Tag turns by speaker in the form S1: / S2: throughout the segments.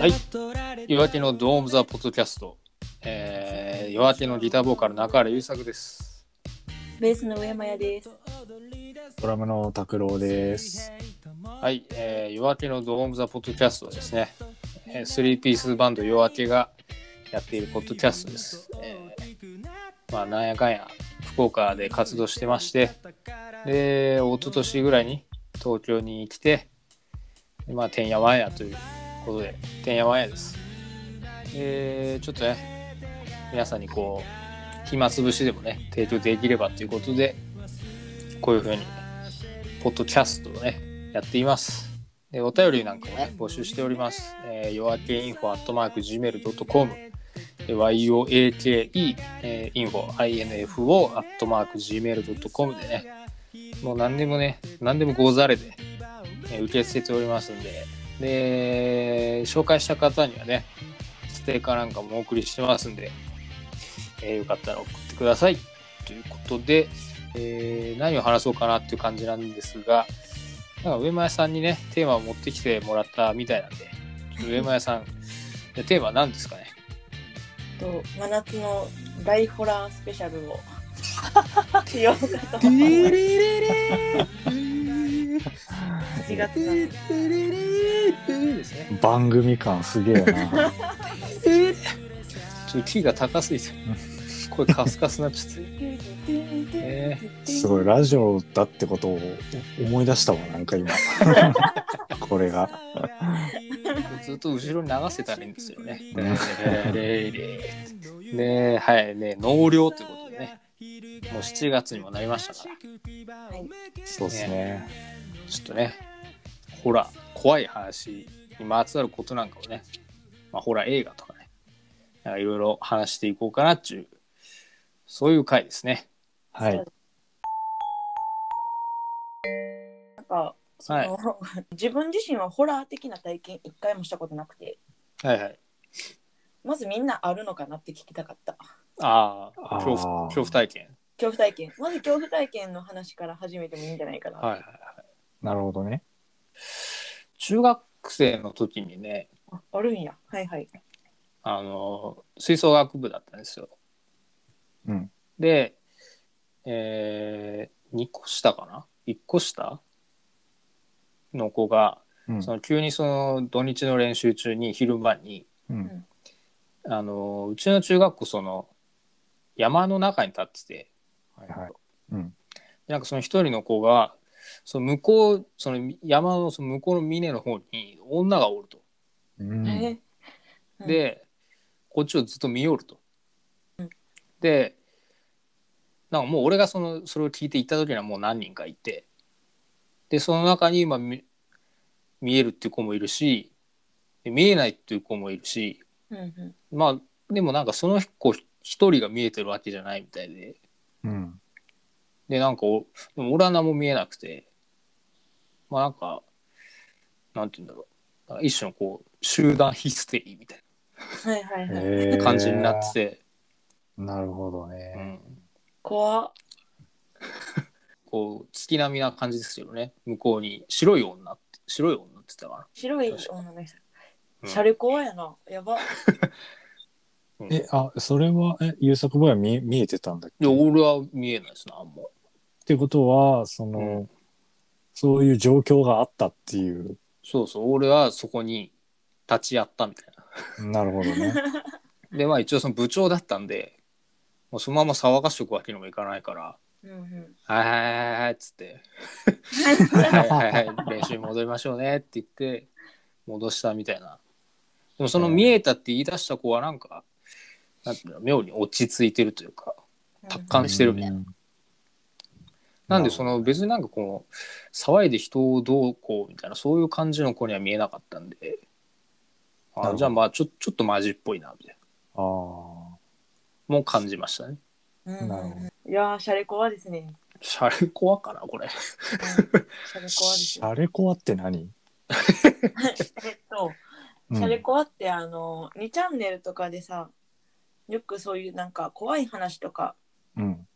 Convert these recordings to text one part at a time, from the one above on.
S1: はい。夜明けのドームザポッドキャスト。えー、夜明けのギターボーカル中原優作です。
S2: ベースの上山屋です。
S3: ドラムの拓郎です。
S1: はい、えー、夜明けのドームザポッドキャストはですね、えー、3ピースバンド夜明けがやっているポッドキャストです。えー、まあ、なんやかんや、福岡で活動してまして、で、一昨年ぐらいに東京に来て、でまあ、てんやわんやということで、てんやわんやです。えー、ちょっとね、皆さんにこう、暇つぶしでもね、提供できればということで、こういうふうに、ポッドキャストをね、やっています。で、お便りなんかもね、募集しております。えー、夜明けインフォアットマーク Gmail.com、えー yoake、えー、info、info アットマーク Gmail.com でね、もう何でもね、何でもござれで、えー受け付けておりますんで、で、紹介した方にはね、ステーカーなんかもお送りしてますんで、えーよかったら送ってください。ということで、えー何を話そうかなっていう感じなんですが、なんか上前さんにね、テーマを持ってきてもらったみたいなんで、ちょっと上前さん、でテーマは何ですかね
S2: と真夏の大ホラースペシャ ルをしようかと8月なんで
S1: ですね。
S3: 番組感すげえ な。
S1: ちょっとキーが高すぎて、声カスカスになっちゃって。え
S3: すごい、ラジオだってことを思い出したわ、なん か今。これが。
S1: ずっと後ろに流せたらいいんですよ ね。で、はい、ね、納涼ということでね。もう7月にもなりましたから、
S2: はい
S3: そうですね。
S1: ちょっとね、ホラー、怖い話にまつわることなんかをね、まあ、ホラー映画とかね、なんかいろいろ話していこうかなっていう、そういう回ですね。
S3: はい。
S2: なんかその、
S1: はい
S2: 自分自身はホラー的な体験一回もしたことなくて
S1: はいはい。
S2: まずみんなあるのかなって聞きたかった
S1: ああ、
S3: あー
S1: 恐怖、恐怖体験。
S2: 恐怖体験まず恐怖体験の話から始めてもいいんじゃないかな、
S1: はいはい。
S3: なるほどね。
S1: 中学生の時にね、
S2: ああるんやはいはい
S1: あの、吹奏楽部だったんですよ。
S3: うん。
S1: で、えー、2個下かな ?1 個下の子が、
S3: うん
S1: そ。の急にその土日の練習中に昼間に、
S3: うん
S1: あの、うちの中学校その山の中に立ってて、
S3: はいはい。うん。
S1: なんかその一人の子が、その向こう、その山のその向こうの峰の方に女がおると。
S3: うん
S2: えうん
S1: で、こっちをずっと見よると。
S2: うん
S1: で、なんかもう俺がそのそれを聞いて行った時にはもう何人かいて、で、その中に今見見えるっていう子もいるし、で見えないっていう子もいるし、
S2: うんうん
S1: まあ、でもなんかその子一人が見えてるわけじゃないみたいで、
S3: うん。
S1: で、なんかお、でも俺は何も見えなくて、まあなんか、なんて言うんだろう、なんか一種のこう、集団ヒステリーみたい
S2: はいはいはい、
S3: え
S1: な感じになってて、
S3: なるほど
S1: う
S3: ね。
S1: ん、
S2: 怖っ
S1: こう、月並みな感じですけどね、向こうに白い女って、白い女って言ったか
S2: 白い女の人
S1: うん
S2: シャレ怖やなやば
S1: な。うん
S3: え、あ、それは、え、優作ボーイは見見えてたんだっけ
S1: で、俺は見えないですな、あんま。
S3: ってことは、そうの、そういう状況があったっていう。
S1: そうそう、俺はそこに立ち会ったみたい
S3: なるほどね。
S1: な。で、まあ一応その部長だったんで、もうそのまま騒がしとくわけにもいかないから、
S2: うんうん
S1: はいはいはいはいっつって、はいはいはい、練習に戻りましょうねって言って、戻したみたいな。でもその見えたって言い出した子はなんか、なんていうの、妙に落ち着いてるというか、達観してるみたいな。
S3: うん
S1: なんでその別になんかこう、騒いで人をどうこうみたいな、そういう感じの子には見えなかったんで、
S3: なるほ
S1: あ
S3: ど
S1: じゃあまあちょ、ちょっとマジっぽいな、みたい
S3: あ
S1: な。
S3: あ。
S1: もう感じましたね。
S2: うんうんうん
S3: なるほ
S2: いやーシャレ怖ですね
S1: シャレ怖かな、これ。
S2: うんシャレコアです
S3: シ
S2: よ。
S3: ャレコアって何
S2: えっと、
S3: うん
S2: シャレコアってあの、2チャンネルとかでさ、よくそういうなんか怖い話とか
S3: うん。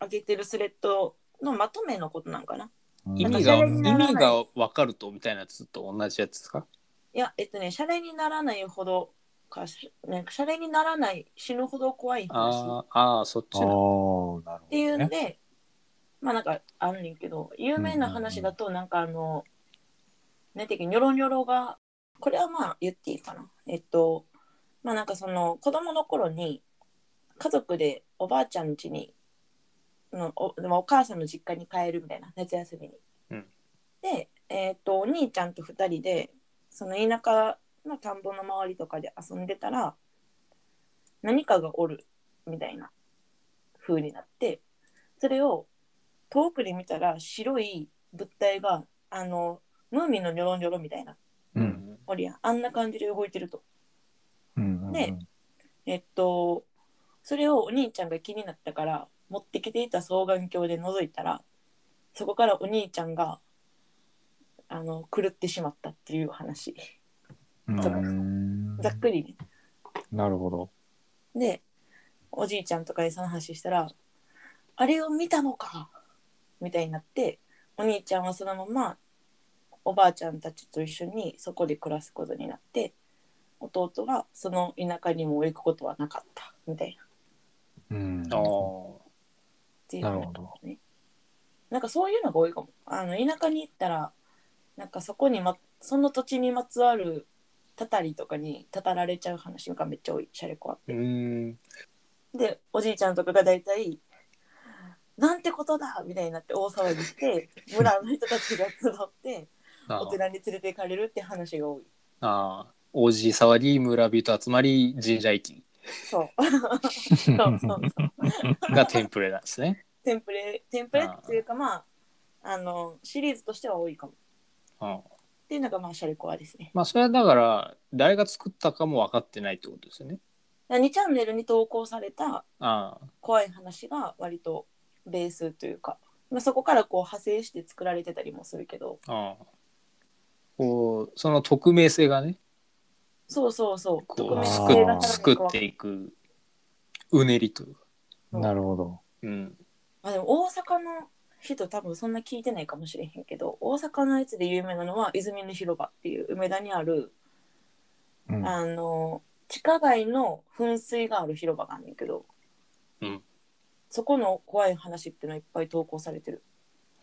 S2: 上げてるスレッドのまとめのことなんかな。
S3: うん
S1: 意味が、
S2: な
S1: 意
S2: んかシャレにならない
S1: 味が分かるとみたいなやつと同じやつですか
S2: いや、えっとね、シャレにならないほどか、しなんかシャレにならない、死ぬほど怖い話っ
S1: あーあー、そっ
S3: あ
S1: ち
S3: あ、なる
S1: の。
S3: ほど、ね。
S2: ていうんで、まあなんかあるねんけど、有名な話だと、なんかあの、ねてき、ニョロニョロが、これはまあ言っていいかな。えっと、まあなんかその子供の頃に、家族でおばあちゃん家に、のおでもお母さんの実家に帰るみたいな、夏休みに。
S1: うん
S2: で、えっと、お兄ちゃんと二人で、その田舎の田んぼの周りとかで遊んでたら何かがおるみたいな風になってそれを遠くで見たら白い物体があのムーミンのニョロニョロみたいな
S1: う
S3: う。
S1: んん。
S2: おりやんあんな感じで動いてると
S3: うん。
S2: でえっとそれをお兄ちゃんが気になったから持ってきていた双眼鏡で覗いたらそこからお兄ちゃんがあの狂ってしまったっていう話
S3: うん
S2: とか
S3: うん
S2: ざっくりね
S3: なるほど。
S2: でおじいちゃんとかにその話したら「あれを見たのか!」みたいになってお兄ちゃんはそのままおばあちゃんたちと一緒にそこで暮らすことになって弟はその田舎にも行くことはなかったみたいなっ
S3: うん。
S1: あー
S2: ていう
S3: なるほど。
S2: なんかそういうのが多いかもあの田舎に行ったらなんかそこに、ま、その土地にまつわるたたりとかにたたられちゃう話がめっちゃ多いシャレコは。
S1: うーん。
S2: でおじいちゃんとかが大体「なんてことだ!」みたいになって大騒ぎして村の人たちが集って
S1: あ
S2: お
S1: ー
S2: 寺に連れて行かれるって話が多い
S1: あー。王子触り、村人集まり、神社行き
S2: そう そうそうそう
S1: がテンプレなんですね。
S2: テンプレテンプレっていうかまああのシリーズとしては多いかもっ
S1: うん。
S2: ていうのがまあシャレコアですね
S1: まあ、それはだから、誰が作ったかも分かってないってことですよね。
S2: 2チャンネルに投稿された
S1: ああ。
S2: 怖い話が割とベースというか、まあ、そこからこう派生して作られてたりもするけど
S1: ああこうその匿名性がね
S2: そうそうそう
S1: こう
S3: 匿名
S1: す
S3: 性
S1: く
S3: が
S2: 高い
S1: すくっていくうねりというか、
S3: なるほど。
S1: うん、
S2: まあでも大阪の人多分そんな聞いてないかもしれへんけど大阪のやつで有名なのは泉の広場っていう梅田にある、
S3: うん。
S2: あの地下街の噴水がある広場があるんだけど、
S1: うん
S2: そこの怖い話っていうのいっぱい投稿されてる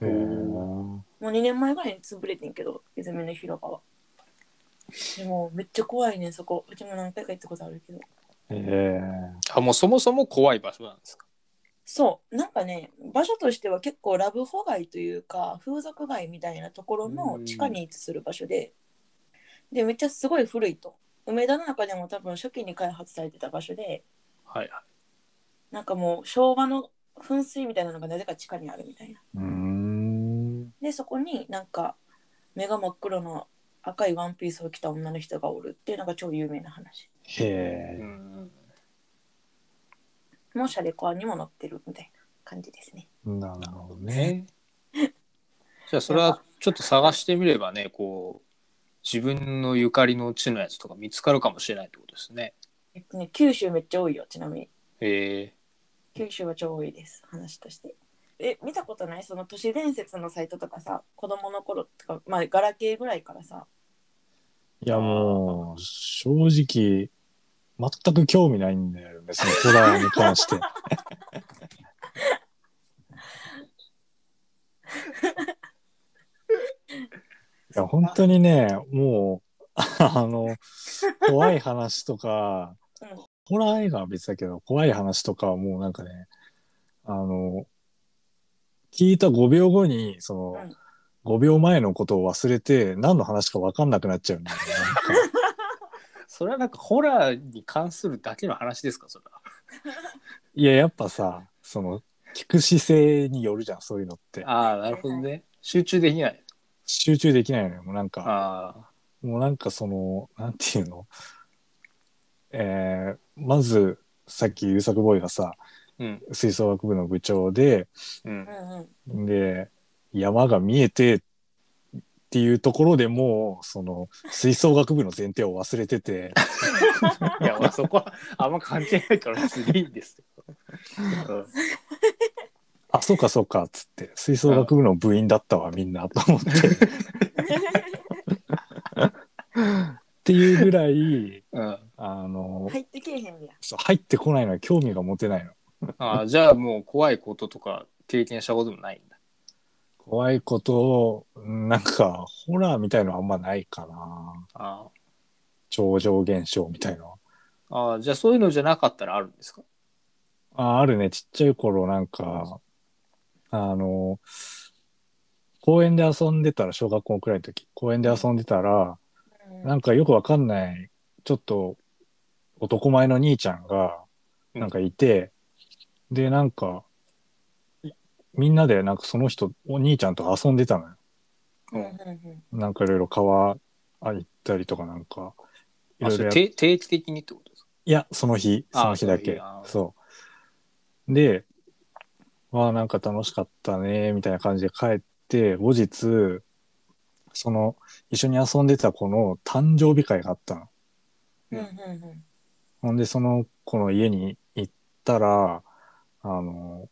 S3: へー
S2: もう2年前ぐらいに潰れてんけど泉の広場はでもめっちゃ怖いねそこうちも何回か行ったことあるけど
S3: え
S1: あもうそもそも怖い場所なんですか
S2: そうなんかね場所としては結構ラブホ街というか風俗街みたいなところの地下に位置する場所ででめっちゃすごい古いと梅田の中でも多分初期に開発されてた場所で
S1: はいは
S2: なんかもう昭和の噴水みたいなのがなぜか地下にあるみたいな
S3: ー。うーん。
S2: でそこになんか目が真っ黒の赤いワンピースを着た女の人がおるっていうのが超有名な話
S3: へ
S1: い、
S3: え。
S1: ん、
S2: もうシャレコアにも載ってるみたいな感じですね
S3: なるほどね。
S1: ねじゃあそれはちょっと探してみればねこう自分のゆかりの地のやつとか見つかるかもしれないってことですね
S2: えっとね九州めっちゃ多いよちなみに
S1: へえ
S2: 九州は超多いです話としてえ見たことないその都市伝説のサイトとかさ子供の頃とかまあガラケーぐらいからさ
S3: いやもう、正直、全く興味ないんだよね、そのホラーに関して。いや、本当にね、もう、あの、怖い話とか、
S2: うん
S3: ホラー映画は別だけど、怖い話とかはもうなんかね、あの、聞いた5秒後に、その、
S2: うん
S3: 5秒前のことを忘れて、何の話か分かんなくなっちゃうんだよね。 なんか
S1: それはなんかホラーに関するだけの話ですかそれ
S3: いや、やっぱさ、その、聞く姿勢によるじゃん、そういうのって
S1: は。ああなるほどね集中できない
S3: 集中できないのよ、もうなんか。
S1: ああ
S3: もうなんかその、なんていうの。えー、まず、さっき優作ボーイがさ、
S1: うん
S3: 吹奏楽部の部長で、
S1: うん
S2: うんうん
S3: で、山が見えて、っていうところでもう、その、吹奏楽部の前提を忘れ てて、
S1: いや、まあ、そこはあんま関係ないから別にいいんですけど。
S3: あ、そうかそうか、っつって、吹奏楽 部の部員だったわ、みんな、と思って。っていうぐらい
S1: うん。
S3: あの、
S2: 入ってけえへんねや。
S3: そう入ってこないのは興味が持てないの
S1: ああ、じゃあもう怖いこととか経験したこともないんだ。
S3: 怖いことをうんなんかホラーみたいのはあんまないかな
S1: あ
S3: 超常現象みたいのは
S1: あああ、じゃあそういうのじゃなかったらあるんですか
S3: あ、あるね。ちっちゃい頃なんか、あの、公園で遊んでたら、小学校くらいの時、公園で遊んでたら、なんかよくわかんない、ちょっと男前の兄ちゃんが、
S1: うん
S3: なんかいて、で、なんか、いみんなでなんかその人、お兄ちゃんと遊んでたのよ。
S2: うんうんうん
S3: なんかいろいろ川あ行ったりとかなんか、い
S1: あ
S3: ろい
S1: それ
S3: ろやっ
S1: 定定期的にってことですか
S3: いや、その日、
S1: あ
S3: その日だけ。そう。で、わあ、なんか楽しかったね、みたいな感じで帰って、後日、その、一緒に遊んでた子の誕生日会があったの。
S2: うんうん
S3: ほんで、その子の家に行ったら、あの、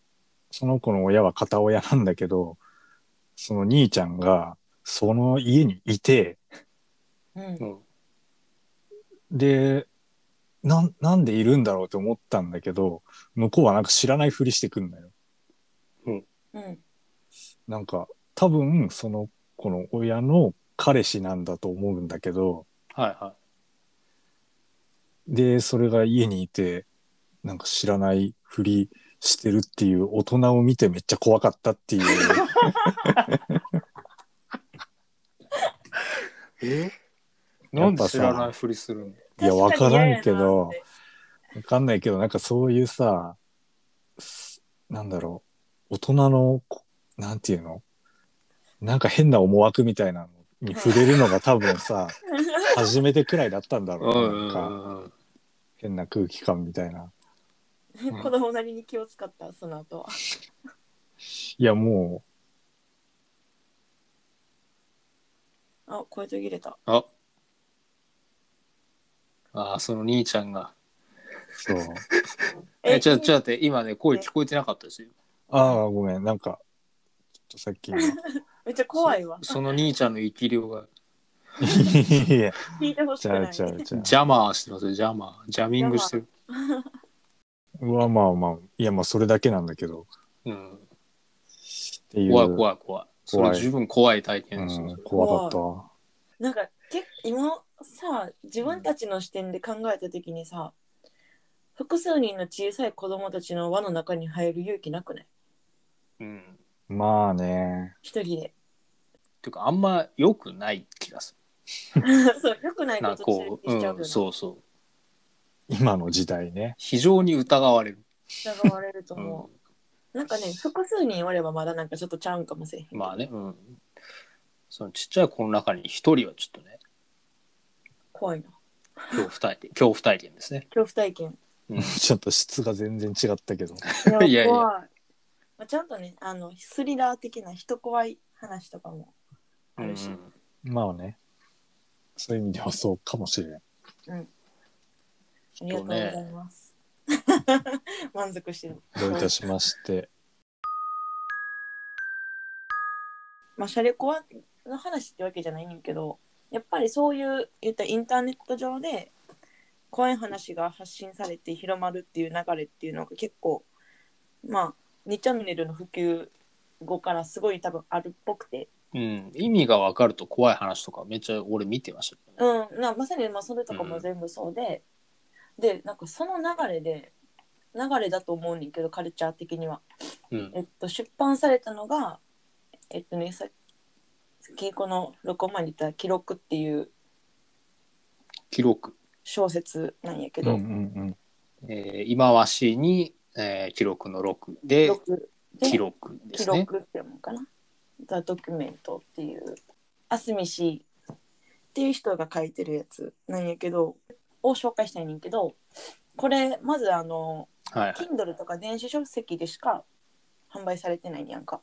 S3: その子の親は片親なんだけど、その兄ちゃんが、その家にいて、
S2: うん
S1: う
S2: うん
S1: ん。
S3: で、なん、なんでいるんだろうって思ったんだけど、向こうはなんか知らないふりしてくんだよ。
S2: うん
S3: なんか、多分、その、この親の彼氏なんだと思うんだけど、
S1: はいは
S3: で、それが家にいて、なんか知らないふりしてるっていう大人を見てめっちゃ怖かったっていう。
S1: い。え
S3: や
S1: な
S3: っ
S1: ん
S3: ぱ
S1: で知
S3: さ
S1: らないふりするの
S3: いや、わ
S2: 確か
S3: か
S2: に嫌
S3: ら
S2: やなん
S3: けど、わかんないけど、なんかそういうさ、すなんだろう、大人の、こなんていうのなんか変な思惑みたいなのに触れるのが多分 さ、初めてくらいだったんだろうな。なんか、
S1: んうん。
S3: 変な空気感みたい
S1: う
S3: な。
S1: ん
S2: 子供なりに気を使ったその後はい
S3: や、も
S2: あ声途切れた
S1: あああ、その兄ちゃんが。
S3: う、そう。
S1: え、ちょ、ちょっと待って、今ね、声聞こえてなかったですよ。
S3: ああ、ごめん。なんか、ちょっとさっき今。
S2: めっちゃ怖いわ
S1: その兄ちゃんの生き量が、
S3: いや、
S2: 聞いてほし
S3: ち
S2: く
S3: ゃ
S2: な
S3: う
S2: い
S3: ちゃうちゃう。
S1: ジャマーしてますよ、ジャマー。ジャミングしてる。
S3: うわ、まあまあ、いや、まあ、それだけなんだけど。
S1: うん。
S3: っていう。
S1: 怖い怖い怖い。そ
S3: 怖い
S1: れ十分怖い体験ですよ。
S3: うん、怖かったわ。
S2: なんかけ今さ自分たちの視点で考えた時にさ複数人の小さい子供たちの輪の中に入る勇気なくない
S1: うん。
S3: まあね。
S2: 一人で
S1: てかあんま良くない気がす
S2: そうよくない
S1: る。な
S2: こ
S1: ん
S2: と
S1: か
S2: しちゃ
S1: こう、う
S2: うよね
S1: ん、そうそう。
S3: 今の時代ね。
S1: 非常に疑われる。
S2: 疑われると
S1: う
S2: 思
S1: ん
S2: う、、なんかね複数人おればまだなんかちょっとちゃうんかもしれへんけど
S1: まあね、うん。そのちっちゃい子の中に一人はちょっと ね、
S2: 怖いな
S1: 恐怖体験、恐怖体験ですね。
S2: 恐怖体験
S3: ちょっと質が全然違ったけど。
S2: いや
S1: いやいや
S2: 怖いまあ、ちゃんとねあのスリラー的な人怖い話とかもあ
S1: うん
S2: るし、
S3: まあね。そういう意味ではそうかもしれん。
S2: ありがとうございます、 満足してる
S3: どういたしまして。
S2: まあ、シャレコアの話ってわけじゃないねんけどやっぱりそういう言ったらインターネット上で怖い話が発信されて広まるっていう流れっていうのが結構まあ2チャンネルの普及後からすごい多分あるっぽくて、
S1: うん、意味が分かると怖い話とかめっちゃ俺見てましたよね、
S2: うん、なまさにまあそれとかも全部そうで、でなんかその流れで流れだと思うねんけどカルチャー的には。
S1: うん
S2: えっと、出版されたのが、えっとね、さっきこの録音前に言った「記録」っていう
S1: 記録、
S2: 小説なんやけ
S3: うんう
S2: ど、
S3: ん
S1: えー、忌まわしいに、えー記録の6で
S2: 録で
S1: 記録で
S2: 記
S1: すね。
S2: 録って読むかな「ザ・ドキュメント」っていうあすみ氏っていう人が書いてるやつなんやけどを紹介したいねんけどこれまずあの
S1: はいはい。
S2: Kindle とか電子書籍でしか販売されてないねやんか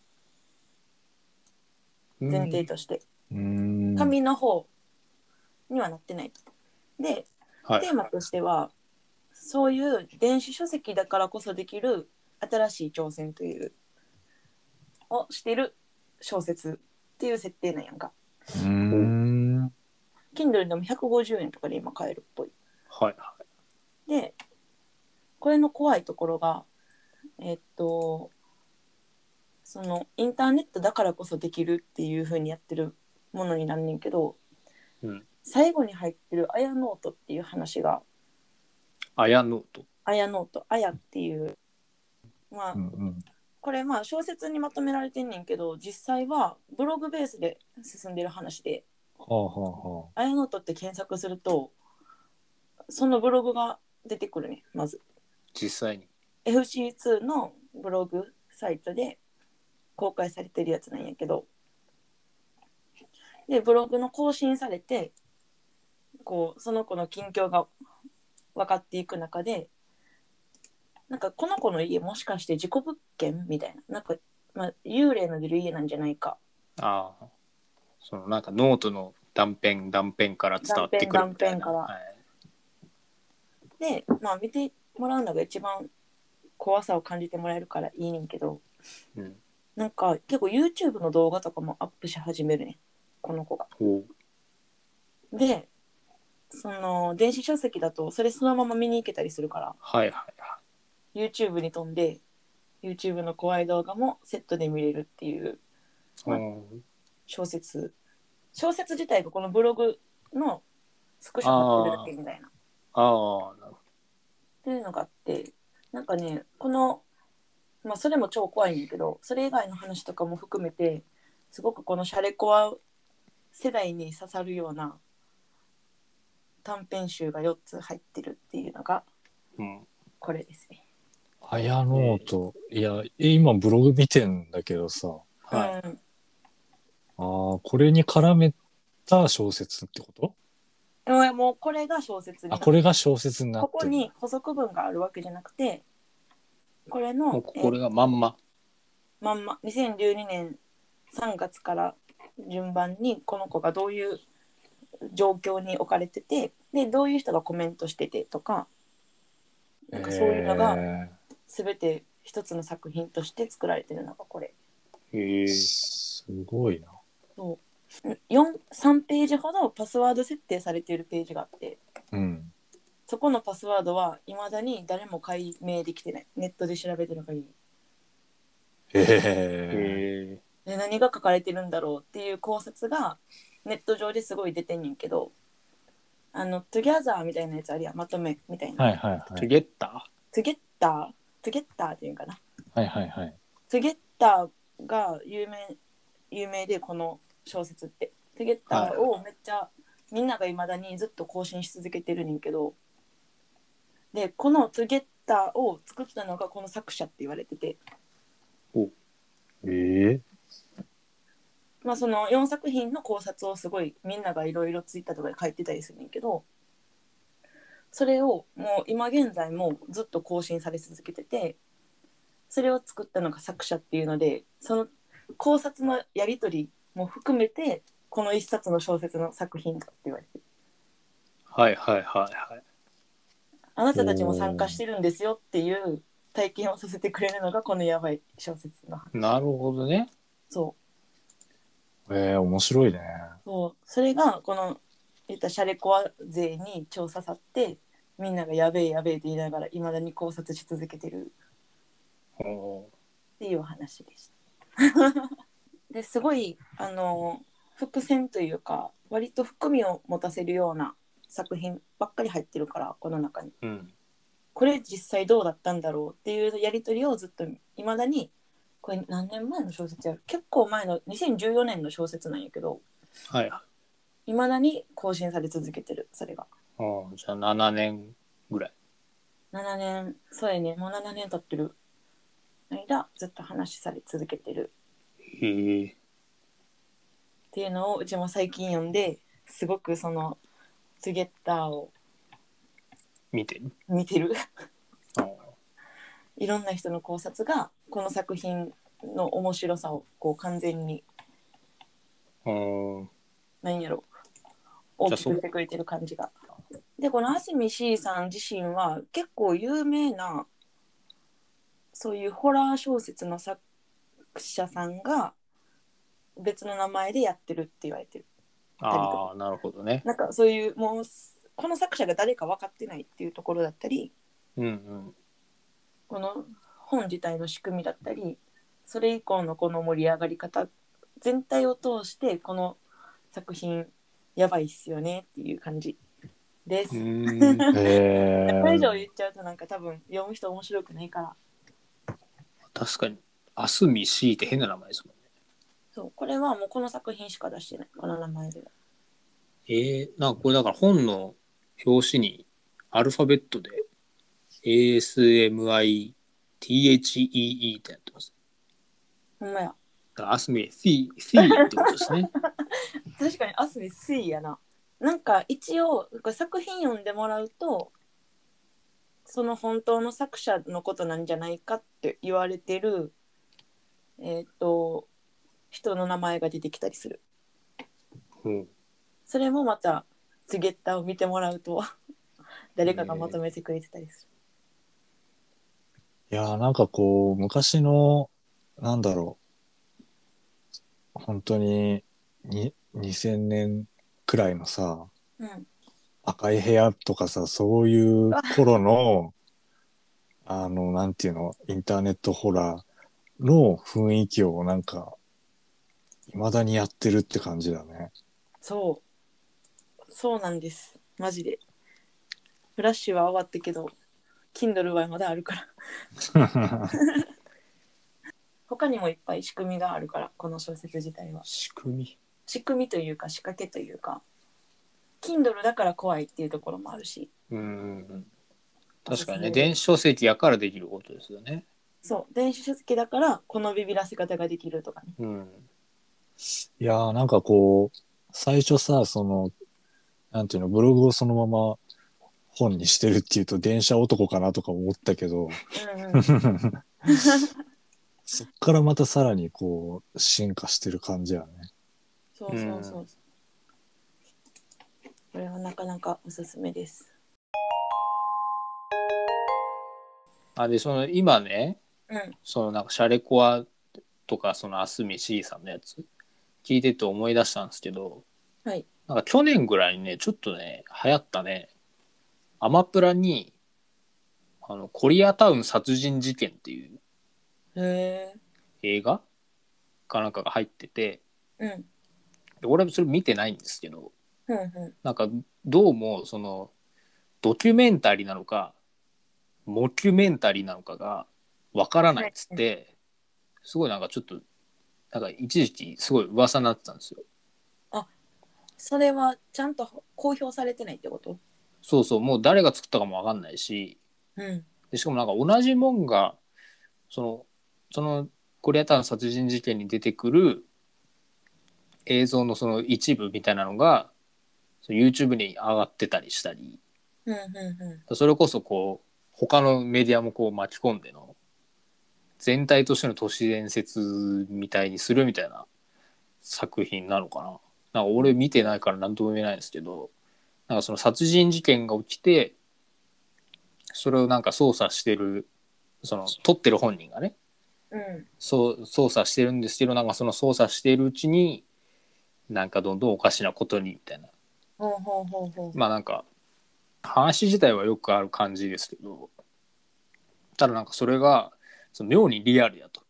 S3: うん。
S2: 前提として
S3: うん。うーん。
S2: 紙の方にはなってないと。で
S1: はい
S2: テーマとしてはそういう電子書籍だからこそできる新しい挑戦というをしてる小説っていう設定なんやんか。
S3: うーん。
S2: Kindle でも150円とかで今買えるっぽい。
S1: はい。
S2: で、これの怖いところが、えっと、そのインターネットだからこそできるっていう風にやってるものになんねんけど、
S1: うん
S2: 最後に入ってる「あやノート」っていう話が
S1: あやノート。
S2: 「あやノート」「あや」っていうまあ
S3: うんうん
S2: これまあ小説にまとめられてんねんけど実際はブログベースで進んでる話で
S3: はあは
S2: 「あやノート」って検索するとそのブログが出てくるねまず。
S1: 実際に。
S2: FC2 のブログサイトで公開されてるやつなんやけどでブログの更新されてこうその子の近況が分かっていく中でなんかこの子の家もしかして事故物件みたいななんか、まあ、幽霊の出る家なんじゃないか
S1: ああ。そのなんかノートの断片断片から伝わってくるみたいな。
S2: 断片断片
S1: は
S2: か
S1: い、
S2: でまあ見てもらうのが一番怖さを感じてもらえるからいいねんけど
S1: うん。
S2: なんか結構 YouTube の動画とかもアップし始めるねこの子が。
S1: おう
S2: でその電子書籍だとそれそのまま見に行けたりするから
S1: はいはいは
S2: YouTube に飛んで YouTube の怖い動画もセットで見れるっていう
S1: い。うん
S2: 小説小説自体がこのブログのスクショになってるだけみたいなっ
S1: ああ、なるほど。
S2: ていうのがあってなんかねこのまあそれも超怖いんだけどそれ以外の話とかも含めてすごくこのシャレコア世代に刺さるような短編集が4つ入ってるっていうのが
S1: うん。
S2: これですね。
S3: あ。あやノート。いや、今ブログ見てんだけどさ。
S1: はい。
S2: うん、
S3: ああ、これに絡めた小説ってこと
S2: でももうこれが小説にな
S3: あ、
S2: って
S3: これが小説になって
S2: こ
S3: る。
S2: こに補足文があるわけじゃなくてこれ
S1: も
S2: の
S1: うこれがまんま。
S2: えーまんま2012年3月から順番にこの子がどういう状況に置かれててでどういう人がコメントしててとかなんかそういうのが
S3: え
S2: 全て一つの作品として作られてるのがこれ
S1: へえ
S3: ー。すごいな。
S2: 3ページほどパスワード設定されているページがあって
S3: うん。
S2: そこのパスワードはいまだに誰も解明できてないネットで調べてる限り
S3: え
S1: へ
S3: え
S1: え。
S2: で何が書かれてるんだろうっていう考察がネット上ですごい出てんねんけどあの「トゥギャザー」みたいなやつあるやんまとめみたいな「
S3: はいはいは
S1: トゥ
S3: い。
S1: ゲッタ
S2: トゥゲッター」「トゥゲッター」っていうんかな
S3: はいはいはい。
S2: 「トゥゲッター」が有名有名でこの小説って「トゥゲッター」をめっちゃ、みんながいまだにずっと更新し続けてるねんけどでこの「トゥゲッター」を作ったのがこの作者って言われてて
S3: ええ
S2: まあ、その4作品の考察をすごいみんながいろいろツイッターとかで書いてたりするんやけどそれをもう今現在もずっと更新され続けててそれを作ったのが作者っていうのでその考察のやり取りも含めてこの一冊の小説の作品だって言われてる
S1: はいはいはいはい。
S2: あなたたちも参加してるんですよっていう体験をさせてくれるのがこのやばい小説の話
S1: なるほどね。
S2: そう
S3: ええ面白いね。
S2: そうそれがこの言ったシャレコア勢に調査さってみんながやべえやべえって言いながらいまだに考察し続けてる
S1: おう
S2: っていうお話でした。 ですごいあの伏線というか割と含みを持たせるような作品ばっかり入ってるからこの中に
S1: うん。
S2: これ実際どうだったんだろうっていうやり取りをずっといまだにこれ何年前の小説やる結構前の2014年の小説なんやけど
S1: はいはい。
S2: いまだに更新され続けてるそれが。
S1: おうじゃあ7年ぐらい。
S2: 7年そうやねもう7年経ってる間ずっと話しされ続けてる
S1: へえ。
S2: っていうのをうちも最近読んですごくその「ツゲッター」を
S1: 見てる。
S2: 見てる
S1: おう
S2: いろんな人の考察がこの作品の面白さをこう完全に
S1: おう
S2: 何やろ大
S1: じゃあ
S2: き
S1: そう
S2: くしてくれてる感じが。でこの安住 C さん自身は結構有名なそういうホラー小説の作者さんが別の名前でやってるって言われてる。たりとか
S1: ああ、なるほどね。
S2: なんかそういうもうこの作者が誰か分かってないっていうところだったり
S1: うんうん。
S2: この本自体の仕組みだったりそれ以降のこの盛り上がり方全体を通してこの作品やばいっすよねっていう感じで
S1: う
S2: す。こ
S1: ーん
S3: え
S2: れ以上言
S3: ー
S2: っちゃうとなんか多分読む人面白くないから
S1: 確かに、アスミシーって変な名前ですもんね。
S2: そうこれはもうこの作品しか出してないこの名前では
S1: えー、なんかこれだから本の表紙にアルファベットで ASMITHEE ってなってます。
S2: ほんまや
S1: だからアスミ、ティー、ティーってことですね。
S2: 確かにアスミスイやななんか一応これ作品読んでもらうとその本当の作者のことなんじゃないかって言われてるえっ、と人の名前が出てきたりする
S1: うん
S2: それもまたツゲッターを見てもらうと 誰かがまとめてくれてたりす
S3: いやーなんかこう昔のなんだろう本当にに2000年くらいのさ
S2: る、
S3: 赤い部屋とかさそういう頃のあのなんていうのインターネットホラーの雰囲気をなんか未だにやってるって感じだね。
S2: そうそうなんですマジでフラッシュは終わったけど Kindle はまだあるから他にもいっぱい仕組みがあるからこの小説自体は
S1: 仕組み。
S2: 仕組みというか仕掛けというか Kindle だから怖いっていうところもあるし
S1: うんうんうん。確かにね、
S2: おすすめ
S1: 電子書籍やからできることですよね。
S2: そう電子書籍だからこのビビらせ方ができるとかね
S1: うん。
S3: いやーなんかこう最初さそのなんていうのブログをそのまま本にしてるっていうと電車男かなとか思ったけど
S2: うん、 うん、
S3: そっからまたさらにこう進化してる感じやね。
S2: そうそうそうこれはなかなかおすすめです
S1: あ、で、その今ね、
S2: うん
S1: そのなんかシャレコアとか、そのアスミシーさんのやつ、聞いてて思い出したんですけど、
S2: はい
S1: なんか去年ぐらいにね、ちょっとね、流行ったね、アマプラに、あの、コリアタウン殺人事件っていう
S2: へ
S1: 映画かなんかが入ってて、
S2: えうん
S1: で俺はそれ見てないんですけど、
S2: うんう
S1: なんかどうもそのドキュメンタリーなのかモキュメンタリーなのかがわからないっつってすごいなんかちょっとなんか一時期すごい噂になってたんですよ。
S2: んそれはちゃんと公表されてないってこと
S1: そうそうもう誰が作ったかもわかんないし
S2: うん
S1: でしかもなんか同じもんがそのそのコリアタウン殺人事件に出てくる映像のその一部みたいなのがその YouTube に上がってたりしたり。
S2: うんうんう
S1: それこそこう他のメディアもこう巻き込んでの全体としての都市伝説みたいにするみたいな作品なのかな。なんか俺見てないから何とも言えないんですけどなんかその殺人事件が起きてそれをなんか捜査してるその撮ってる本人がね
S2: んうん
S1: そう操作してるんですけどなんかその操作してるうちになんかどんどんおかしなことにみたいな
S2: ほうほうほうほう
S1: まあなんか話自体はよくある感じですけどただなんかそれがその妙にリアルやと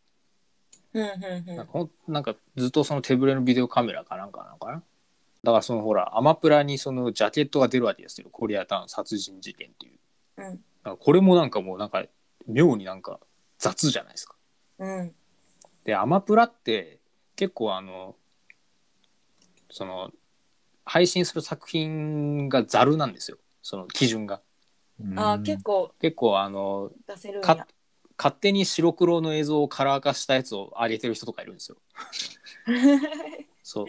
S2: うんうんう
S1: なん
S2: ん
S1: かほんなんかずっとその手ぶれのビデオカメラかなんかなのかなだからそのほらアマプラにそのジャケットが出るわけですよコリアタウン殺人事件っていうだ
S2: うん
S1: からこれもなんかもうなんか妙になんか雑じゃないですか
S2: うん
S1: でアマプラって結構あのその配信する作品がざるなんですよその基準が
S2: あー結構
S1: 結構あの
S2: 出せるん や
S1: か勝手に白黒の映像をカラー化したやつを上げてる人とかいるんですよ。そう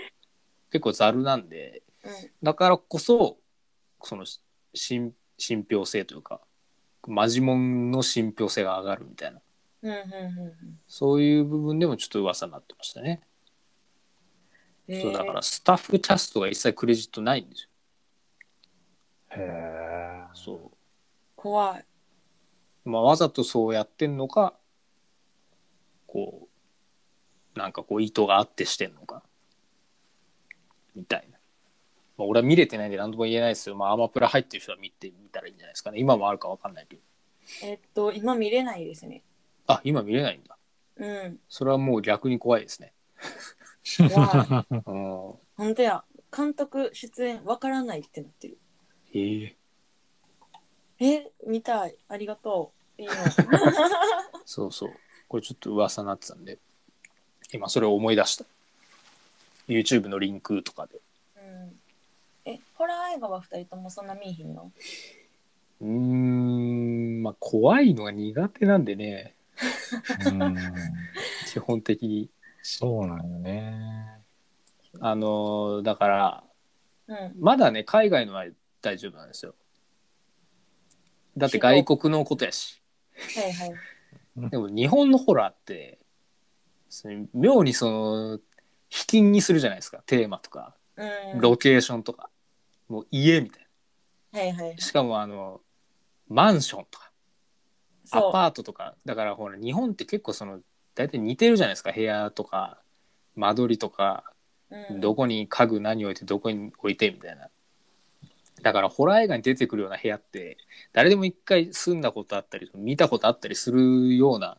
S1: 結構ざるなんで
S2: う
S1: だからこそそのし信信憑性というかマジモンの信憑性が上がるみたいなん
S2: うんうんうんうん
S1: そういう部分でもちょっと噂になってましたね。
S2: へえ
S1: そうだからスタッフキャストが一切クレジットないんですよ。
S3: へえ。
S1: そ
S2: 怖いう
S1: まあ、わざとそうやってんのかこうなんかこう意図があってしてんのかみたいな。まあ、俺は見れてないんで何とも言えないですよ。まあ、アマプラ入ってる人は見てみたらいいんじゃないですかね。今もあるかわかんないけど。
S2: えっと、今見れないですね。
S1: あ、今見れないんだ。
S2: うん。
S1: それはもう逆に怖いですね。
S2: わ
S1: うん。へ
S2: 本当や。監督出演わからないってなってる。
S1: え。
S2: え、見たい。ありがとう。いい の。
S1: そうそう。これちょっと噂になってたんで、今それを思い出した。YouTube のリンクとかで。
S2: うん、え、ホラー映画は二人ともそんな見えひんの
S1: うーん、まあ怖いのが苦手なんでね、
S3: うん
S1: 基本的に。
S3: そうなんよね。
S1: あのーだから、
S2: うん。
S1: まだね、海外のは大丈夫なんですよ。だって外国のことやし。
S2: はいはい。
S1: でも日本のホラーって、その妙にその、卑近にするじゃないですか。テーマとか、
S2: うん。
S1: ロケーションとか、もう家みたい
S2: はいはい
S1: な。。しかもあの、マンションとか、ア
S2: そう。
S1: パートとか、だからほら、日本って結構その、大体似てるじゃないですか。部屋とか、間取りとか、
S2: うん
S1: どこに家具何置いてどこに置いてみたいな。だからホラー映画に出てくるような部屋って誰でも一回住んだことあったり見たことあったりするような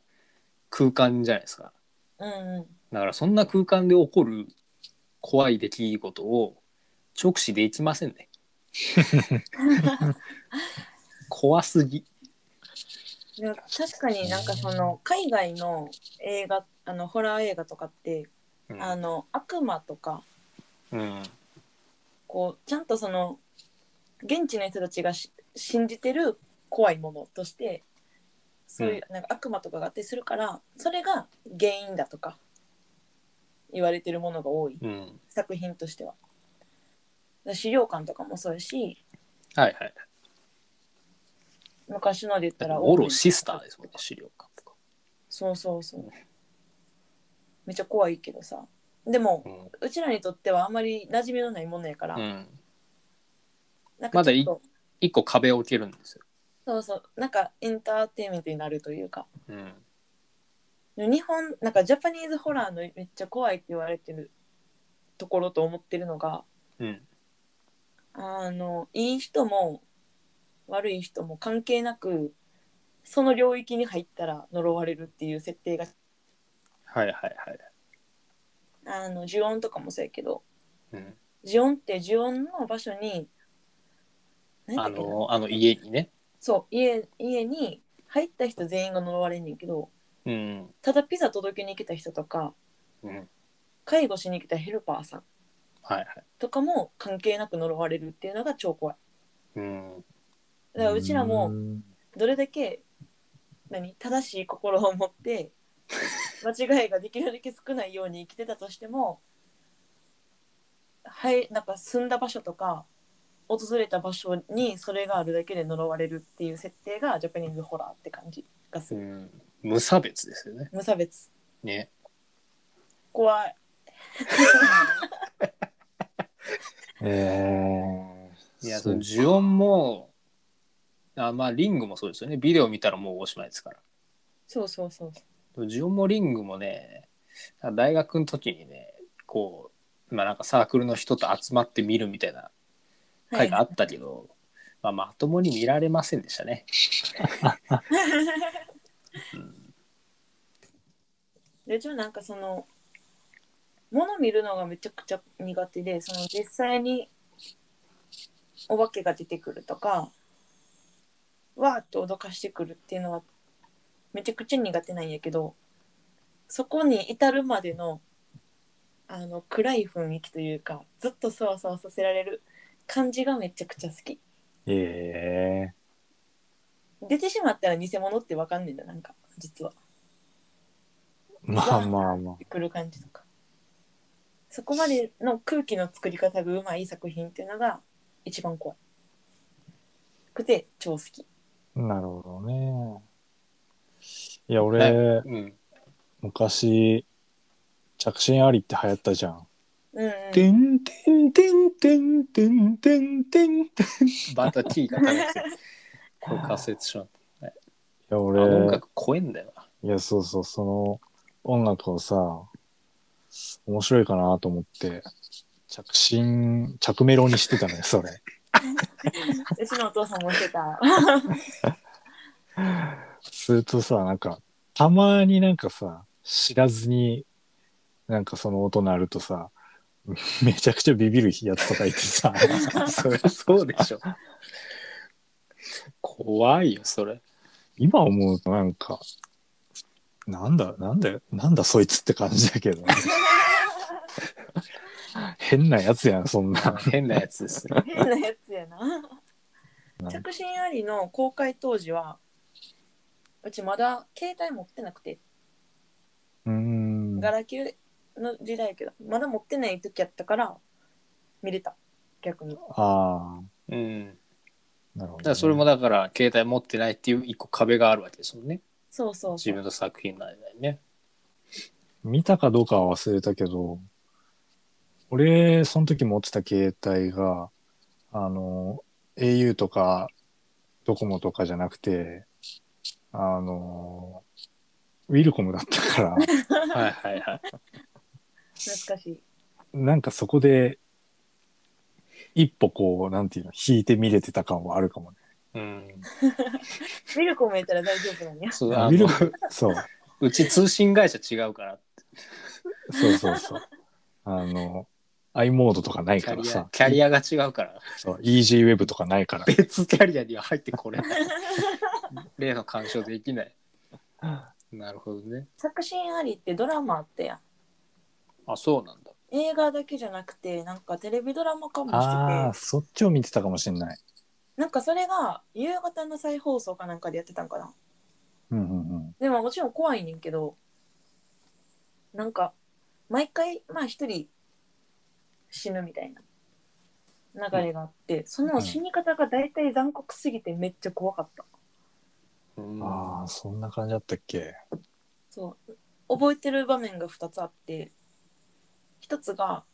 S1: 空間じゃないですか。
S2: うんうん。
S1: だからそんな空間で起こる怖い出来事を直視できません ね。怖すぎ。
S2: いや確かになんかその海外の映画あのホラー映画とかって、
S1: うん
S2: あの悪魔とか
S1: うん
S2: こうちゃんとその現地の人たちがし信じてる怖いものとしてそういうなんか悪魔とかがあったりするからそれが原因だとか言われてるものが多い
S1: うん、
S2: 作品としては。だ資料館とかもそうやし
S1: はいはい。
S2: 昔ので言ったら
S1: オロシスターですもんね資料館とか。
S2: そうそうそうめっちゃ怖いけどさでも、
S1: う
S2: うちらにとってはあんまり馴染みのないものやから、
S1: んうん、
S2: なんかちょっと
S1: 一個壁を置けるんですよ。
S2: そうそうなんかエンターテインメントになるというか
S1: うん
S2: 日本なんかジャパニーズホラーのめっちゃ怖いって言われてるところと思ってるのが
S1: うん
S2: あのいい人も悪い人も関係なくその領域に入ったら呪われるっていう設定が
S1: はいはいはい。
S2: あの呪音とかもそうやけど
S1: うん
S2: 呪音って呪音の場所に何
S1: あ
S2: だっけな
S1: の、あの家にね。
S2: そう家家に入った人全員が呪われんねんけど
S1: うん。
S2: ただピザ届けに来た人とか
S1: うん。はい
S2: 介護しに来たヘルパーさん
S1: はい。
S2: とかも関係なく呪われるっていうのが超怖い
S1: うん。
S2: だからうちらも
S3: ん
S2: どれだけ何正しい心を持って 間違いができるだけ少ないように生きてたとしてもはいなんか住んだ場所とか訪れた場所にそれがあるだけで呪われるっていう設定がジャパニーズホラーって感じがす
S1: う
S2: る
S1: ん。無差別ですよね。
S2: 無差別
S1: ね。
S2: 怖い
S3: えー
S1: いや、その呪音も、あまあ、リングもそうですよね。ビデオ見たらもうおしまいですから。
S2: そうそうそう
S1: 呪音もリングもね、大学の時にね、こう、まあなんかサークルの人と集まって見るみたいな
S2: は
S1: 会
S2: い
S1: があったけど、まあ、まともに見られませんでした ね。
S2: でうちもなんかその物見るのがめちゃくちゃ苦手でその実際にお化けが出てくるとかわーっと脅かしてくるっていうのはめちゃくちゃ苦手なんやけどそこに至るまでのあの暗い雰囲気というかずっとそわそわさせられる感じがめちゃくちゃ好き
S3: え
S2: 出てしまったら偽物ってわかんねえんだなんか実は。
S3: ーまあまあまあ。
S2: 来る感じとかそこまでの空気の作り方がうまい作品っていうのが一番怖くて超好き
S3: なるほどね。いや、俺、
S1: うん。
S3: 昔、着信ありって流行ったじゃん。
S2: うん、うん、
S3: てんてんてんてんてんてんてんてん。い
S1: バタキーが垂れてて、 これ滑舌しまった。
S3: や、
S1: あの音
S3: 俺、
S1: 楽怖えんだよな。
S3: いや、そうそう、その音楽をさ、面白いかなと思って、着信、着メロにしてたね、それ。
S2: うちのお父さんもしてた。
S3: するとさ、なんか、たまになんかさ、知らずに、なんかその音鳴るとさ、めちゃくちゃビビるやつとかい てさ、
S1: それそうでしょ。怖いよ、それ。
S3: 今思うとなんか、なんだ、なんだ、なんだそいつって感じだけど。 変なやつやん、そんな。
S1: 変なやつですね。
S2: 変なやつやな。着信ありの公開当時は、うちまだ携帯持ってなくて、
S3: うーん。
S2: ガラケーの時代やけど、まだ持ってない時やったから、見れた。逆に。
S3: あ
S1: うん。
S3: あ、なるほどね、
S1: だからそれもだから、携帯持ってないっていう一個壁があるわけですもんね。
S2: そうそうそ
S1: 自
S2: う。
S1: 分の作品の間にね。
S3: 見たかどうかは忘れたけど、俺、その時持ってた携帯が、あの、au とか、ドコモとかじゃなくて、あの、ウィルコムだったから、
S1: はいはいはい。
S2: 懐かしい。
S3: なんかそこで、一歩こう、なんていうの、引いて見れてた感はあるかもね。
S1: うん。
S2: ミルクを見えたら大丈夫なんや。
S1: そうあ
S3: ウィル
S1: の
S3: コム、そう、
S1: うち通信会社違うから、
S3: そうそうそう。 あの、i モードとかない
S1: キャ
S3: から
S1: リア
S3: さ、、
S1: キャリアが違うから、
S3: そう、EasyWeb とかないから。
S1: 別キャリアには入ってこれ ない。例の干渉できない。なるほどね。
S2: 作品ありってドラマあったやん。
S1: あ、そうなんだ。
S2: 映画だけじゃなくて、なんかテレビドラマ化も
S3: ああ、
S2: してて、
S3: そっちを見てたかもしれない。
S2: なんかそれが夕方の再放送かなんかでやってたんかな。
S3: うんうんうん。
S2: でももちろん怖いねんけど、なんか、毎回、まあ一人死ぬみたいな流れがあって、その死に方が大体残酷すぎてめっちゃ怖かった。
S1: うん
S3: ああ、そんな感じだったっけ。
S2: そう覚えてる場面が2つあって1つが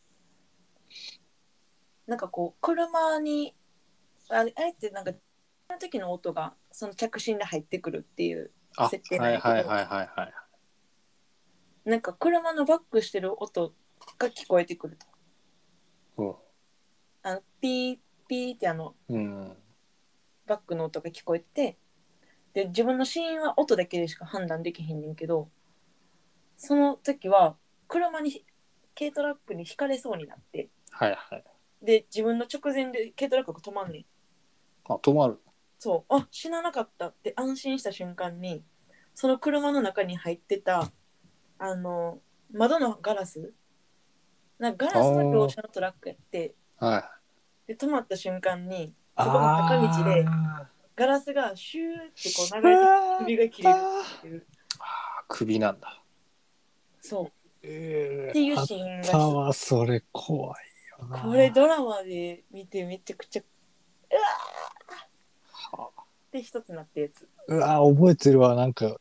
S2: なんかこう車にあれあれってなんかその時の音がその着信で入ってくるっていう
S1: あ
S2: 設定
S1: は
S2: ないん
S1: は
S2: や
S1: い
S2: けど
S1: はいはいはい。
S2: なんか車のバックしてる音が聞こえてくると
S1: うん
S2: あのピーピーってあの
S1: うん。
S2: バックの音が聞こえてで自分の死因は音だけでしか判断できへんねんけどその時は車に軽トラックにひかれそうになって
S1: はいはい。
S2: で自分の直前で軽トラックが止まんねん
S1: あ、止まる。
S2: そうあ死ななかったって安心した瞬間にその車の中に入ってたあの窓のガラスなんかガラスの業者のトラックやって
S1: はい。
S2: で止まった瞬間にそこの坂道で
S3: あ
S2: ガラスがシューってこう
S3: ー
S2: 流れて首が切れるっていう
S1: あ首なんだ。
S2: そう
S1: え
S2: っていうシーン
S3: あった
S2: が
S3: わ、それ怖いよな。
S2: これドラマで見てめちゃくちゃ
S1: は
S2: で一つなったやつ
S3: うわ、覚えてるわ、なんか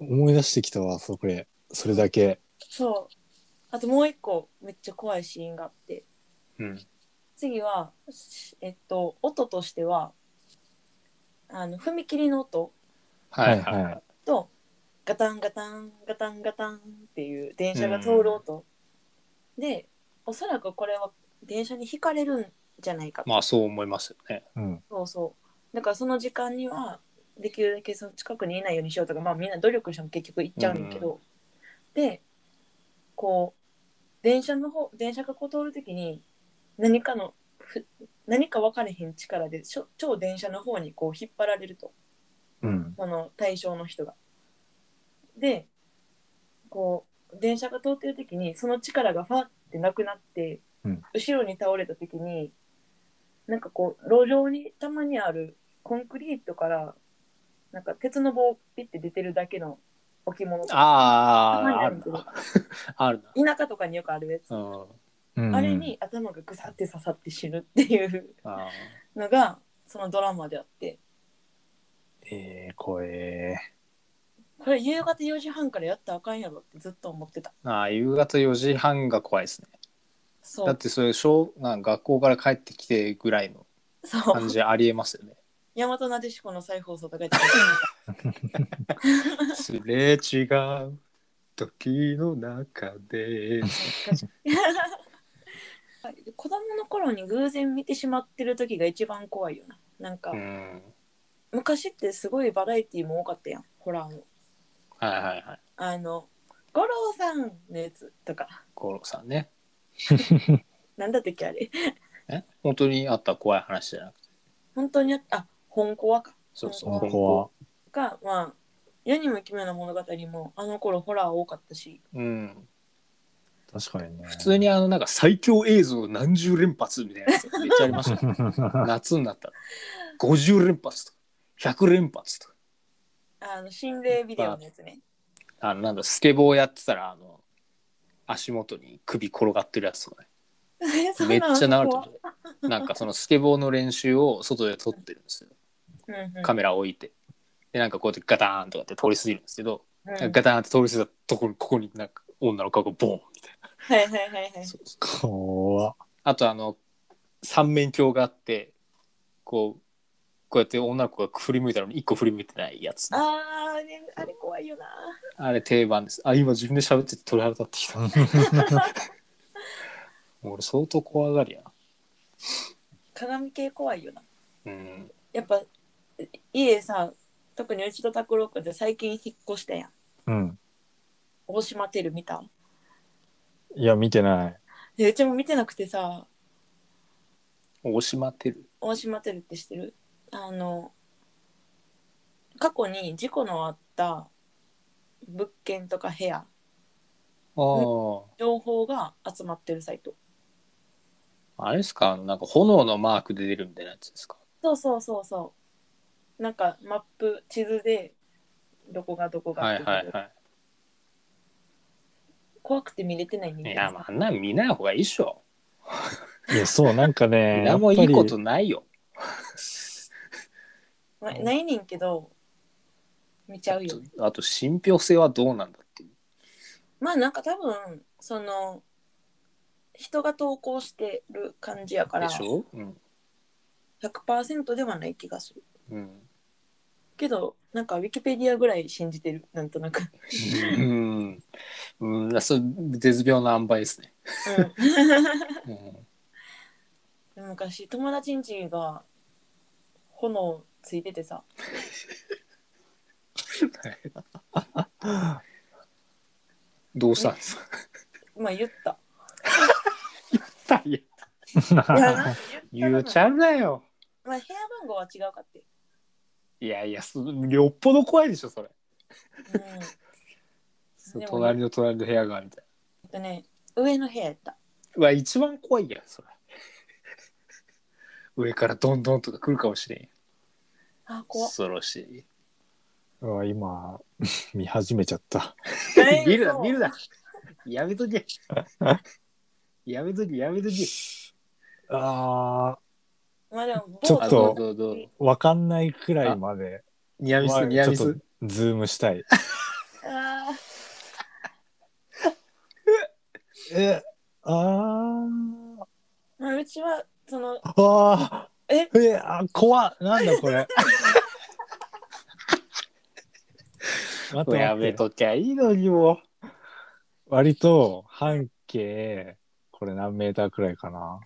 S3: 思い出してきたわ、それ。それだけ。
S2: そうあともう一個めっちゃ怖いシーンがあって
S1: うん。
S2: 次は、しえっと、音としては、あの、踏切の音
S1: はいはいはい。
S2: と、ガタンガタン、ガタンガタンっていう電車が通る音。で、おそらくこれは電車にひかれるんじゃないかと。
S1: まあそう思いますよね。
S3: うん。
S2: そうそう。だからその時間には、できるだけその近くにいないようにしようとか、まあみんな努力しても結局行っちゃうんだけど、で、こう、電車の方、電車がこう通るときに、何かのふ、何か分かれへん力で、しょ超電車の方にこう引っ張られると、
S3: うん。
S2: その対象の人が。で、こう、電車が通ってるときに、その力がファってなくなって、
S3: うん
S2: 後ろに倒れたときに、なんかこう、路上にたまにあるコンクリートから、なんか鉄の棒ピッて出てるだけの置物とか、
S1: あ
S2: たまに
S1: あ、あ
S2: あ
S1: る
S2: るけど
S1: な。ある
S2: 田舎とかによくあるやつ。
S1: な。うん。
S3: うん
S2: あれ。に頭がぐさって刺さって死ぬっていう
S1: あ
S2: のが、そのドラマであって、
S3: ええー、怖え
S2: これ夕方4時半からやったらあかんやろってずっと思ってた。
S1: ーあー、夕方4時半が怖いですね。
S2: そう。
S1: だってそれ小なんか学校から帰ってきてぐらいの
S2: そう。
S1: 感じありえますよね。
S2: 大和なでしこの再放送とか言ってた
S1: すれ違う時の中で。
S2: 子供の頃に偶然見てしまってる時が一番怖いよななんか、
S1: うん。
S2: 昔ってすごいバラエティーも多かったやんホラーも
S1: はいはいはい。
S2: あの五郎さんのやつとか
S1: 五郎さんね。
S2: なんだったっけあれ
S1: え本当にあった怖い話じゃなくて。
S2: 本当にああ本コアか
S1: そうそう。
S3: こ
S1: 本
S3: こは
S1: 当。
S2: がまあ世にも奇妙な物語もあの頃ホラー多かったし
S1: うん。
S3: 確かにね。
S1: 普通にあの、なんか最強映像何十連発みたいなやつめっちゃありましたね。 夏になったら50連発とか100連発とか
S2: あの心霊ビデオのやつね
S1: あのなんだスケボーやってたらあの足元に首転がってるやつとかね めっちゃ流れて
S2: る
S1: るなんかそのスケボーの練習を外で撮ってるんですよカメラ置いてでなんかこうやってガターンとかって通り過ぎるんですけど、
S2: うん
S1: ガターンって通り過ぎたところここになんか女の顔がボーンみたい
S2: はいはいはいは。
S1: ないそうそう
S3: 怖っ
S1: あとあの三面鏡があってこうこうやって女の子が振り向いたのに一個振り向いてないやつ
S2: あーね、あれ怖いよな。
S1: あれ定番です。あ、今自分で喋ってて鳥肌立ってき た。もう俺相当怖がりや
S2: 鏡系怖いよな。
S1: な。うん。
S2: やっぱ家さ、特にうちと拓郎君って最近引っ越したやん。
S3: うん。
S2: 大島テル見た
S3: いや、見てない。
S2: でうちも見てなくてさ、
S1: 大島てる。
S2: 大島テルって知ってるあの、過去に事故のあった物件とか部屋、
S1: ああ。
S2: 情報が集まってるサイト。
S1: あれですかあの、なんか炎のマークで出るみたいなやつですか
S2: そうそうそうそう。なんかマップ、地図でどこがどこが
S1: は
S2: っ
S1: い
S2: て
S1: はい
S2: いう
S1: は
S2: 怖くて見れてない人
S1: い。い
S2: 間
S1: や、まあ、あんなん見ない方がいいっしょ。
S3: いや、そう、なんかね。
S1: 何もいいこと
S3: やっ
S1: ないよ。
S2: まないねんけど見ちゃうよね
S1: あとあと、信憑性はどうなんだっていう。
S2: まあなんか多分その人が投稿してる感じやから
S1: でしょうん。
S2: 100%ではない気がする
S1: うん。
S2: けどなんかウィキペディアぐらい信じてるなんとなく、
S1: うん。うん。そう、絶妙な塩梅ですね。うん。
S2: うん、 昔友達んちが炎ついててさ
S1: どうしたんですか
S2: まあ言った
S1: いや
S3: ぱ
S2: い
S3: り
S2: やなんか言
S1: 言
S2: っ
S1: う
S2: た
S1: ちゃうなよ。
S2: まあ部屋番号は違うかって、
S1: いやいや、そよっぽど怖いでしょ、それ。
S2: うん、
S1: そう
S2: でも
S1: 隣の隣の部屋がみたい
S2: えっとね上の部屋やった
S1: な。うわ、一番怖いやん、それ。上からどんどんとか来るかもしれんやん。
S2: あ怖 っ
S1: 恐ろしい。
S3: うわ今、 見始めちゃった。
S1: ビルだ、
S2: そう
S1: ビルだ。やめとけ。 やめとけ、やめとけ。
S3: あ
S2: まあでも
S3: ちょっ
S1: あ、
S3: と
S1: ど
S2: 某
S1: うどうどう。
S3: ー、わかんないくらいまで。
S1: ニアミ
S3: ま
S1: ス、
S3: あ
S1: ニアミ
S3: ちょっ
S1: ス
S3: と。ズームした い。
S2: あ
S3: え、あ
S2: ーまあうちはその
S3: ー、あ
S2: え
S3: ー、え、あ、怖っなん だこれ。待って
S1: や
S3: 待
S1: め
S3: って
S1: ときゃいいのにも
S3: 割と半径、これ何メーターくらいかな。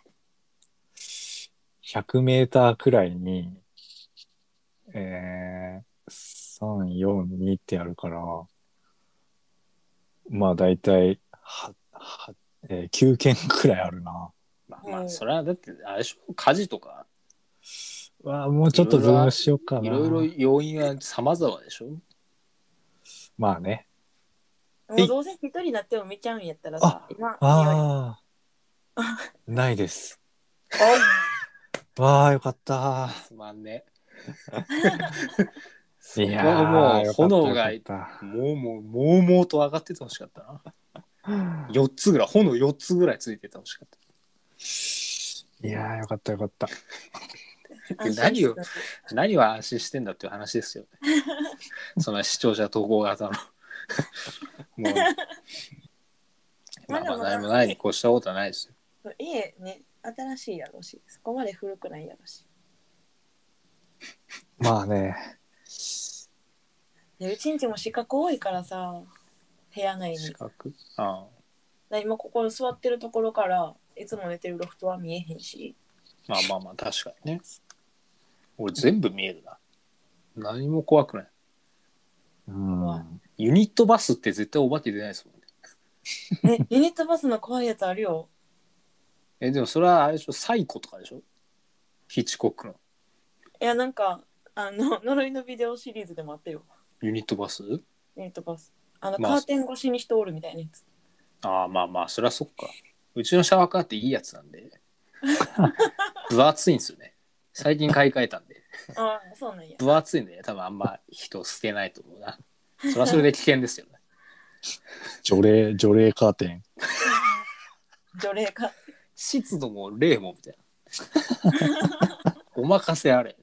S3: 100メーターくらいに、えー、3、4、2ってあるから、まあ大体、は、は、えー、9件くらいあるな。
S1: う。まあま
S2: う
S1: あ、
S2: ん
S1: それはだって、あれでしょ、火事とか、
S3: わあもうちょっとズームしようかな。
S1: いろいろ要因は様々でしょ。
S3: まあね。
S2: もうどうせ一人になっても見ちゃうんやったら
S3: あ
S2: さ今あ
S3: ああ。ないです。わあ、よかった。
S1: つまんね。
S3: いや
S1: そこはも
S3: ー
S1: う
S3: よかった
S1: 炎が
S3: よかった
S1: もうもう、もうもうと上がっててほしかったな。4つぐらい、炎4つぐらいついててほしかっ
S3: いやーよかったよかった。
S1: た。で何を、何を安心してんだっていう話ですよね。 その視聴者投稿型の。もう。まあまあ、何もないに越したことはないですよ。
S2: 家ね新しいやろうしそこまで古くないやろうし
S3: まあね。
S2: でうちんちも資格多いからさ部屋内に
S1: 四角。あ
S2: だ今ここ座ってるところからいつも寝てるロフトは見えへんし
S1: まあまあまあ、確かにね。俺全部見えるな。何も怖くない。
S3: うん。
S1: ユニットバスって絶対お化け出ないですもんね。
S2: ねユニットバスの怖いやつあるよ
S1: え、でもそれはあれでしょ、サイコとかでしょヒッチコックの。
S2: いやなんかあの呪いのビデオシリーズでもあったよ
S1: ユニットバス
S2: ユニットバスあの、
S1: まあ
S2: カーテン越しに人おるみたいなやつ
S1: ああ、まあまあ、そりゃそっか。うちのシャワーカーっていいやつなん で。分厚いんですよね。最近買い替えたんで。
S2: ああそうなんや
S1: 分厚いんで、多分あんま人を捨てないと思うな。それはそれで危険 ですよね。
S3: 除霊、除霊カーテン。
S2: 除霊か
S1: 湿度も霊もみたいな。お任せあれ。